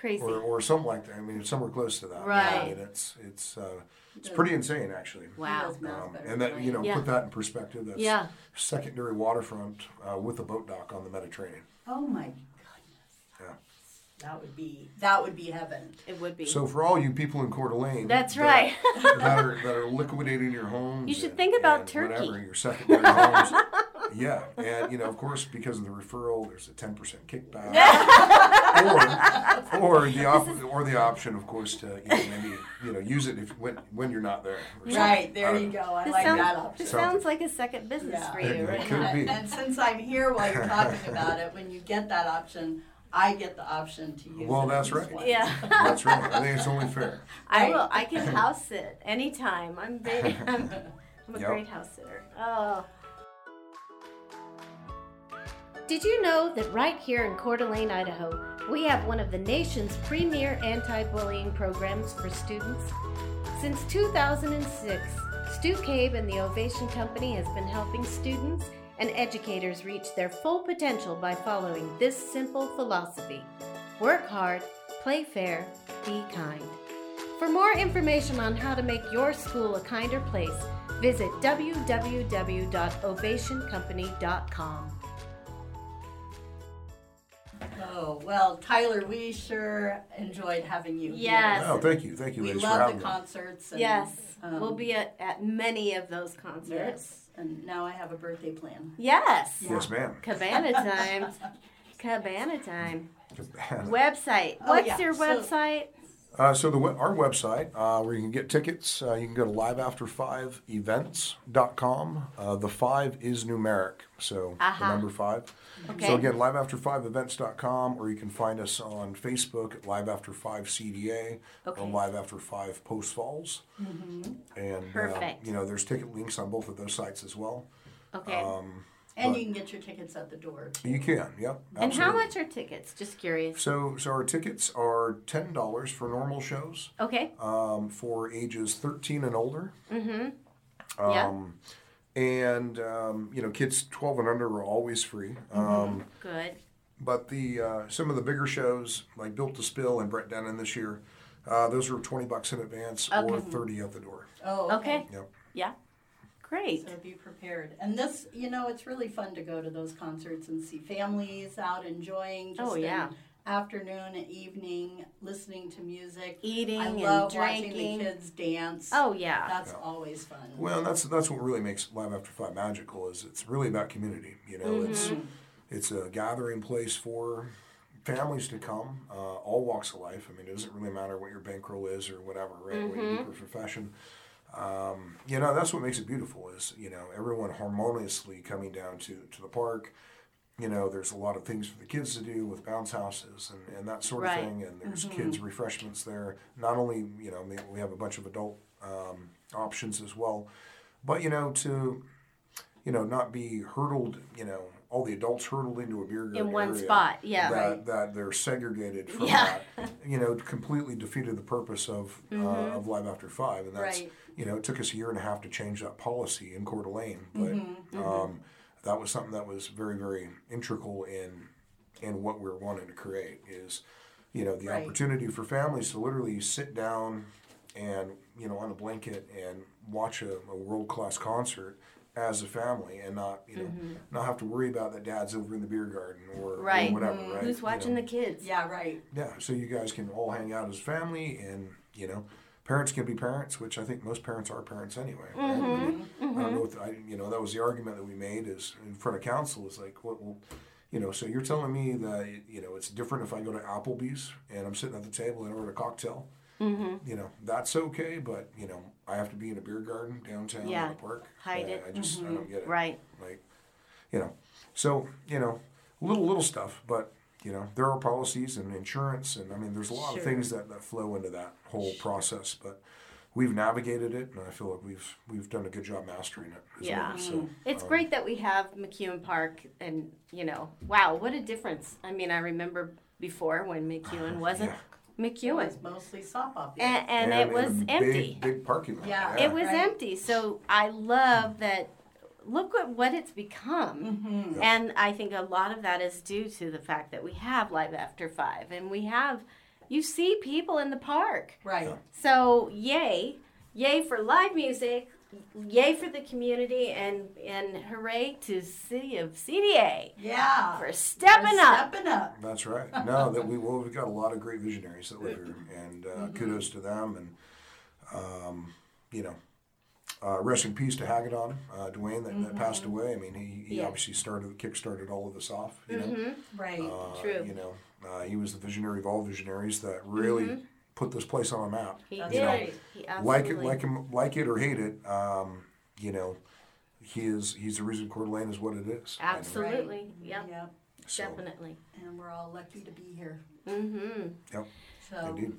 Speaker 2: Crazy.
Speaker 3: or, or something like that. I mean, somewhere close to that.
Speaker 2: Right.
Speaker 3: I mean, it's it's uh, it's pretty insane actually.
Speaker 2: Wow.
Speaker 1: Those math
Speaker 3: Um,
Speaker 1: better
Speaker 3: and
Speaker 1: than
Speaker 3: that
Speaker 1: I
Speaker 3: you know,
Speaker 1: am.
Speaker 2: Yeah.
Speaker 3: put that in perspective. That's
Speaker 2: Yeah.
Speaker 3: secondary waterfront uh, with a boat dock on the Mediterranean.
Speaker 1: Oh my goodness.
Speaker 3: Yeah.
Speaker 1: That would be that would be heaven.
Speaker 2: It would be.
Speaker 3: So for all you people in Coeur d'Alene,
Speaker 2: That's
Speaker 3: that-
Speaker 2: right.
Speaker 3: that are that are liquidating your homes.
Speaker 2: You should
Speaker 3: and-
Speaker 2: think about
Speaker 3: and
Speaker 2: Turkey.
Speaker 3: Whatever your secondary homes. Yeah, and you know, of course, because of the referral, there's a ten percent kickback. or, or the op- or the option, of course, to you know, maybe you know use it if when when you're not there. or something.
Speaker 1: Right,
Speaker 3: I
Speaker 1: there
Speaker 3: don't
Speaker 1: you
Speaker 3: know.
Speaker 1: go. I
Speaker 2: this
Speaker 1: like
Speaker 2: sounds,
Speaker 1: that option.
Speaker 2: this sounds like a second business
Speaker 1: Yeah.
Speaker 2: for
Speaker 3: It-
Speaker 2: you,
Speaker 3: it
Speaker 2: right?
Speaker 3: could
Speaker 2: now.
Speaker 3: be.
Speaker 1: And, and since I'm here while you're talking about it, when you get that option, I get the option to use
Speaker 3: Well,
Speaker 1: it
Speaker 3: that's
Speaker 1: at least
Speaker 3: right.
Speaker 1: once.
Speaker 2: Yeah.
Speaker 3: That's right. I think it's only fair.
Speaker 2: I
Speaker 1: Right.
Speaker 2: will. I can house sit anytime. I'm very, I'm, I'm a
Speaker 3: Yep.
Speaker 2: great house sitter. Oh. Did you know that right here in Coeur d'Alene, Idaho, we have one of the nation's premier anti bullying programs for students? Since 2006, Stu Cave and the Ovation Company has been helping students and educators reach their full potential by following this simple philosophy work hard, play fair, be kind. For more information on how to make your school a kinder place, visit www.ovationcompany.com.
Speaker 1: Oh well, Tyler, we sure enjoyed having you.
Speaker 2: Yes.
Speaker 1: Here.
Speaker 3: No, thank you, thank you,
Speaker 1: We
Speaker 3: ladies, for
Speaker 1: love
Speaker 3: having
Speaker 1: the
Speaker 3: me.
Speaker 1: concerts. And,
Speaker 2: Yes,
Speaker 1: um,
Speaker 2: we'll be at, at many of those concerts.
Speaker 1: yes. And now I have a birthday plan.
Speaker 2: Yes.
Speaker 3: Yes, ma'am.
Speaker 2: Cabana time. Cabana time.
Speaker 3: Cabana.
Speaker 2: Website.
Speaker 1: Oh,
Speaker 2: What's
Speaker 1: yeah,
Speaker 2: your
Speaker 1: so-
Speaker 2: website?
Speaker 3: Uh, so the we- our website uh, where you can get tickets, uh, you can go to liveafter5events.com. Uh, the five is numeric, so
Speaker 2: Aha.
Speaker 3: the number five.
Speaker 2: Uh-huh. Okay.
Speaker 3: So again, liveafter5events.com, or you can find us on Facebook at liveafter5cda
Speaker 2: Okay. Mm-hmm.
Speaker 3: or liveafter5 post falls. And uh,
Speaker 2: Perfect.
Speaker 3: you know, there's ticket links on both of those sites as well.
Speaker 2: okay.
Speaker 3: Um,
Speaker 1: And you can get your tickets at the door.
Speaker 3: You can, yep.
Speaker 2: and how
Speaker 3: absolutely.
Speaker 2: much are tickets? Just curious.
Speaker 3: So, so our tickets are ten dollars for normal shows
Speaker 2: Okay.
Speaker 3: um, for ages thirteen and older,
Speaker 2: yeah.
Speaker 3: and um, you know kids twelve and under are always free. Um,
Speaker 2: Good.
Speaker 3: but the uh, some of the bigger shows like Built to Spill and Brett Denon this year, uh, those are twenty bucks in advance or thirty at the door.
Speaker 1: Oh,
Speaker 2: Okay.
Speaker 3: Yep.
Speaker 2: Yeah. Great.
Speaker 1: So be prepared. And this, you know, it's really fun to go to those concerts and see families out enjoying just
Speaker 2: Oh, yeah.
Speaker 1: an afternoon and evening, listening to music.
Speaker 2: Eating
Speaker 1: I
Speaker 2: and
Speaker 1: love watching
Speaker 2: drinking.
Speaker 1: the kids dance.
Speaker 2: Oh yeah.
Speaker 1: That's always fun.
Speaker 3: Well, that's that's what really makes Live After Five magical is it's really about community. You know, it's it's a gathering place for families to come, uh, all walks of life. I mean, it doesn't really matter what your bankroll is or whatever, right? What you do for profession. Um, you know, that's what makes it beautiful is you know everyone harmoniously coming down to to the park. You know, there's a lot of things for the kids to do with bounce houses and, and that sort
Speaker 2: Right. Mm-hmm.
Speaker 3: of thing. And there's kids refreshments there. Not only you know we- we have a bunch of adult um, options as well, but you know to you you know, not be hurtled, you know, all the adults hurtled into a beer garden
Speaker 2: in one
Speaker 3: area
Speaker 2: spot. Yeah,
Speaker 3: that,
Speaker 2: right.
Speaker 3: that they're segregated from
Speaker 2: Yeah.
Speaker 3: that, you know, completely defeated the purpose of uh, of Live After Five, and that's
Speaker 2: Mm-hmm. Right.
Speaker 3: you know, it took us a year and a half to change that policy in Coeur d'Alene, but
Speaker 2: Mm-hmm.
Speaker 3: um, that was something that was very very integral in in what we are wanting to create is, you know, the
Speaker 1: Right.
Speaker 3: opportunity for families to literally sit down and you know on a blanket and watch a, a world class concert as a family and not you know not have to worry about that dad's over in the beer garden or, or
Speaker 2: Mm-hmm. Right. Mm-hmm.
Speaker 3: whatever right
Speaker 2: Who's watching the kids?
Speaker 1: Yeah, right.
Speaker 3: yeah so you guys can all hang out as family and you know parents can be parents which i think most parents are parents anyway right?
Speaker 2: Mm-hmm,
Speaker 3: I mean, i don't know if i you know that was the argument that we made is in front of council is like what well, you know so you're telling me that you know it's different if i go to applebee's and i'm sitting at the table and order a cocktail
Speaker 2: Mm-hmm.
Speaker 3: you know that's okay but you know i have to be in a beer garden downtown
Speaker 2: Yeah.
Speaker 3: in the park
Speaker 2: Hide
Speaker 3: I,
Speaker 2: it. Mm-hmm.
Speaker 3: I just i don't get it
Speaker 2: Right.
Speaker 3: like you know so you know little little stuff but you know there are policies and insurance and i mean there's a lot
Speaker 2: Sure.
Speaker 3: of things that, that flow into that whole process but we've navigated it and i feel like we've we've done a good job mastering it as
Speaker 2: Yeah.
Speaker 3: well so
Speaker 2: It's great that we have McEwen Park, and you know, wow, what a difference! I mean, I remember before when McEwen wasn't
Speaker 1: It
Speaker 2: McEwen,
Speaker 1: was mostly soft opera.
Speaker 2: and, and it was
Speaker 3: and a
Speaker 2: empty.
Speaker 3: big, big parking lot
Speaker 1: Yeah.
Speaker 2: it was
Speaker 1: Right.
Speaker 2: empty. So I love that. Look at what it's
Speaker 1: Mm-hmm.
Speaker 2: become. And I think a lot of that is due to the fact that we have Live After Five and we have, you see people in the park.
Speaker 1: right.
Speaker 2: So yay, yay for live music, yay for the community, and, and hooray to City of CDA
Speaker 1: Yeah.
Speaker 2: for stepping up.
Speaker 1: Stepping up.
Speaker 3: That's right. No, that we well, we've got a lot of great visionaries that live here, and uh,
Speaker 2: Mm-hmm.
Speaker 3: kudos to them. And um, you know, uh, rest in peace to Hagedon, uh, Dwayne that, that passed away. I mean, he, he
Speaker 2: Mm-hmm. Yeah. Mm-hmm.
Speaker 3: obviously started kickstarted all of this off. You know,
Speaker 1: Right.
Speaker 3: uh,
Speaker 2: True.
Speaker 3: You know, uh, he was the visionary of all visionaries that really put this place on a map.
Speaker 2: Mm-hmm. He
Speaker 1: That's
Speaker 2: did.
Speaker 1: right.
Speaker 2: He
Speaker 3: Like it,
Speaker 2: absolutely.
Speaker 3: like him, like it or hate it. Um, you know, he is. He's the reason Coeur d'Alene is what it is. I mean,
Speaker 2: Absolutely. Yep.
Speaker 1: Yep.
Speaker 3: so,
Speaker 2: Definitely.
Speaker 1: And we're all lucky to be here.
Speaker 2: Mm-hmm.
Speaker 3: Yep.
Speaker 1: So,
Speaker 3: Indeed.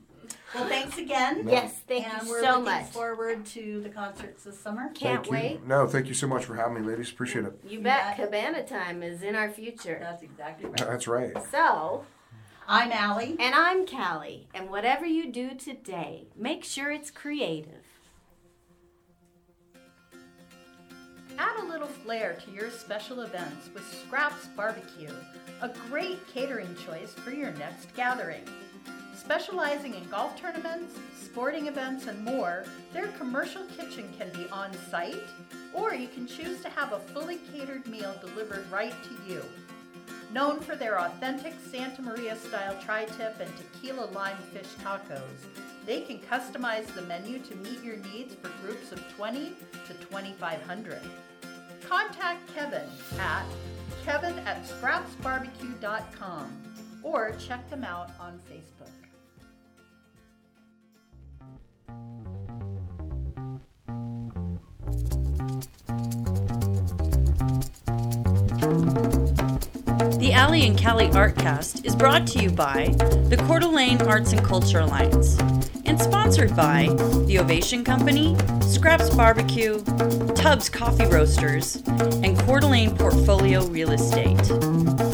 Speaker 1: well, thanks again.
Speaker 2: Yes, thank
Speaker 1: and
Speaker 2: you
Speaker 1: we're
Speaker 2: so
Speaker 1: looking
Speaker 2: much.
Speaker 1: forward to the concerts this summer.
Speaker 2: Can't
Speaker 3: Thank
Speaker 2: wait.
Speaker 3: You. No, thank you so much for having me, ladies. Appreciate it.
Speaker 2: You bet.
Speaker 1: Yeah.
Speaker 2: Cabana time is in our future.
Speaker 1: That's exactly right.
Speaker 3: That's right.
Speaker 2: So,
Speaker 1: I'm Allie.
Speaker 2: and I'm Callie, and whatever you do today, make sure it's creative.
Speaker 1: Add a little flair to your special events with Scraps Barbecue, a great catering choice for your next gathering. Specializing in golf tournaments, sporting events, and more, their commercial kitchen can be on site, or you can choose to have a fully catered meal delivered right to you. Known for their authentic Santa Maria style tri tip and tequila lime fish tacos, they can customize the menu to meet your needs for groups of 20 to 2,500. Contact Kevin at kevin at scrapsbarbecue.com or check them out on Facebook.
Speaker 4: The Alley and Cali Artcast is brought to you by the Coeur d'Alene Arts and Culture Alliance and sponsored by The Ovation Company, Scraps Barbecue, Tubbs Coffee Roasters, and Coeur d'Alene Portfolio Real Estate.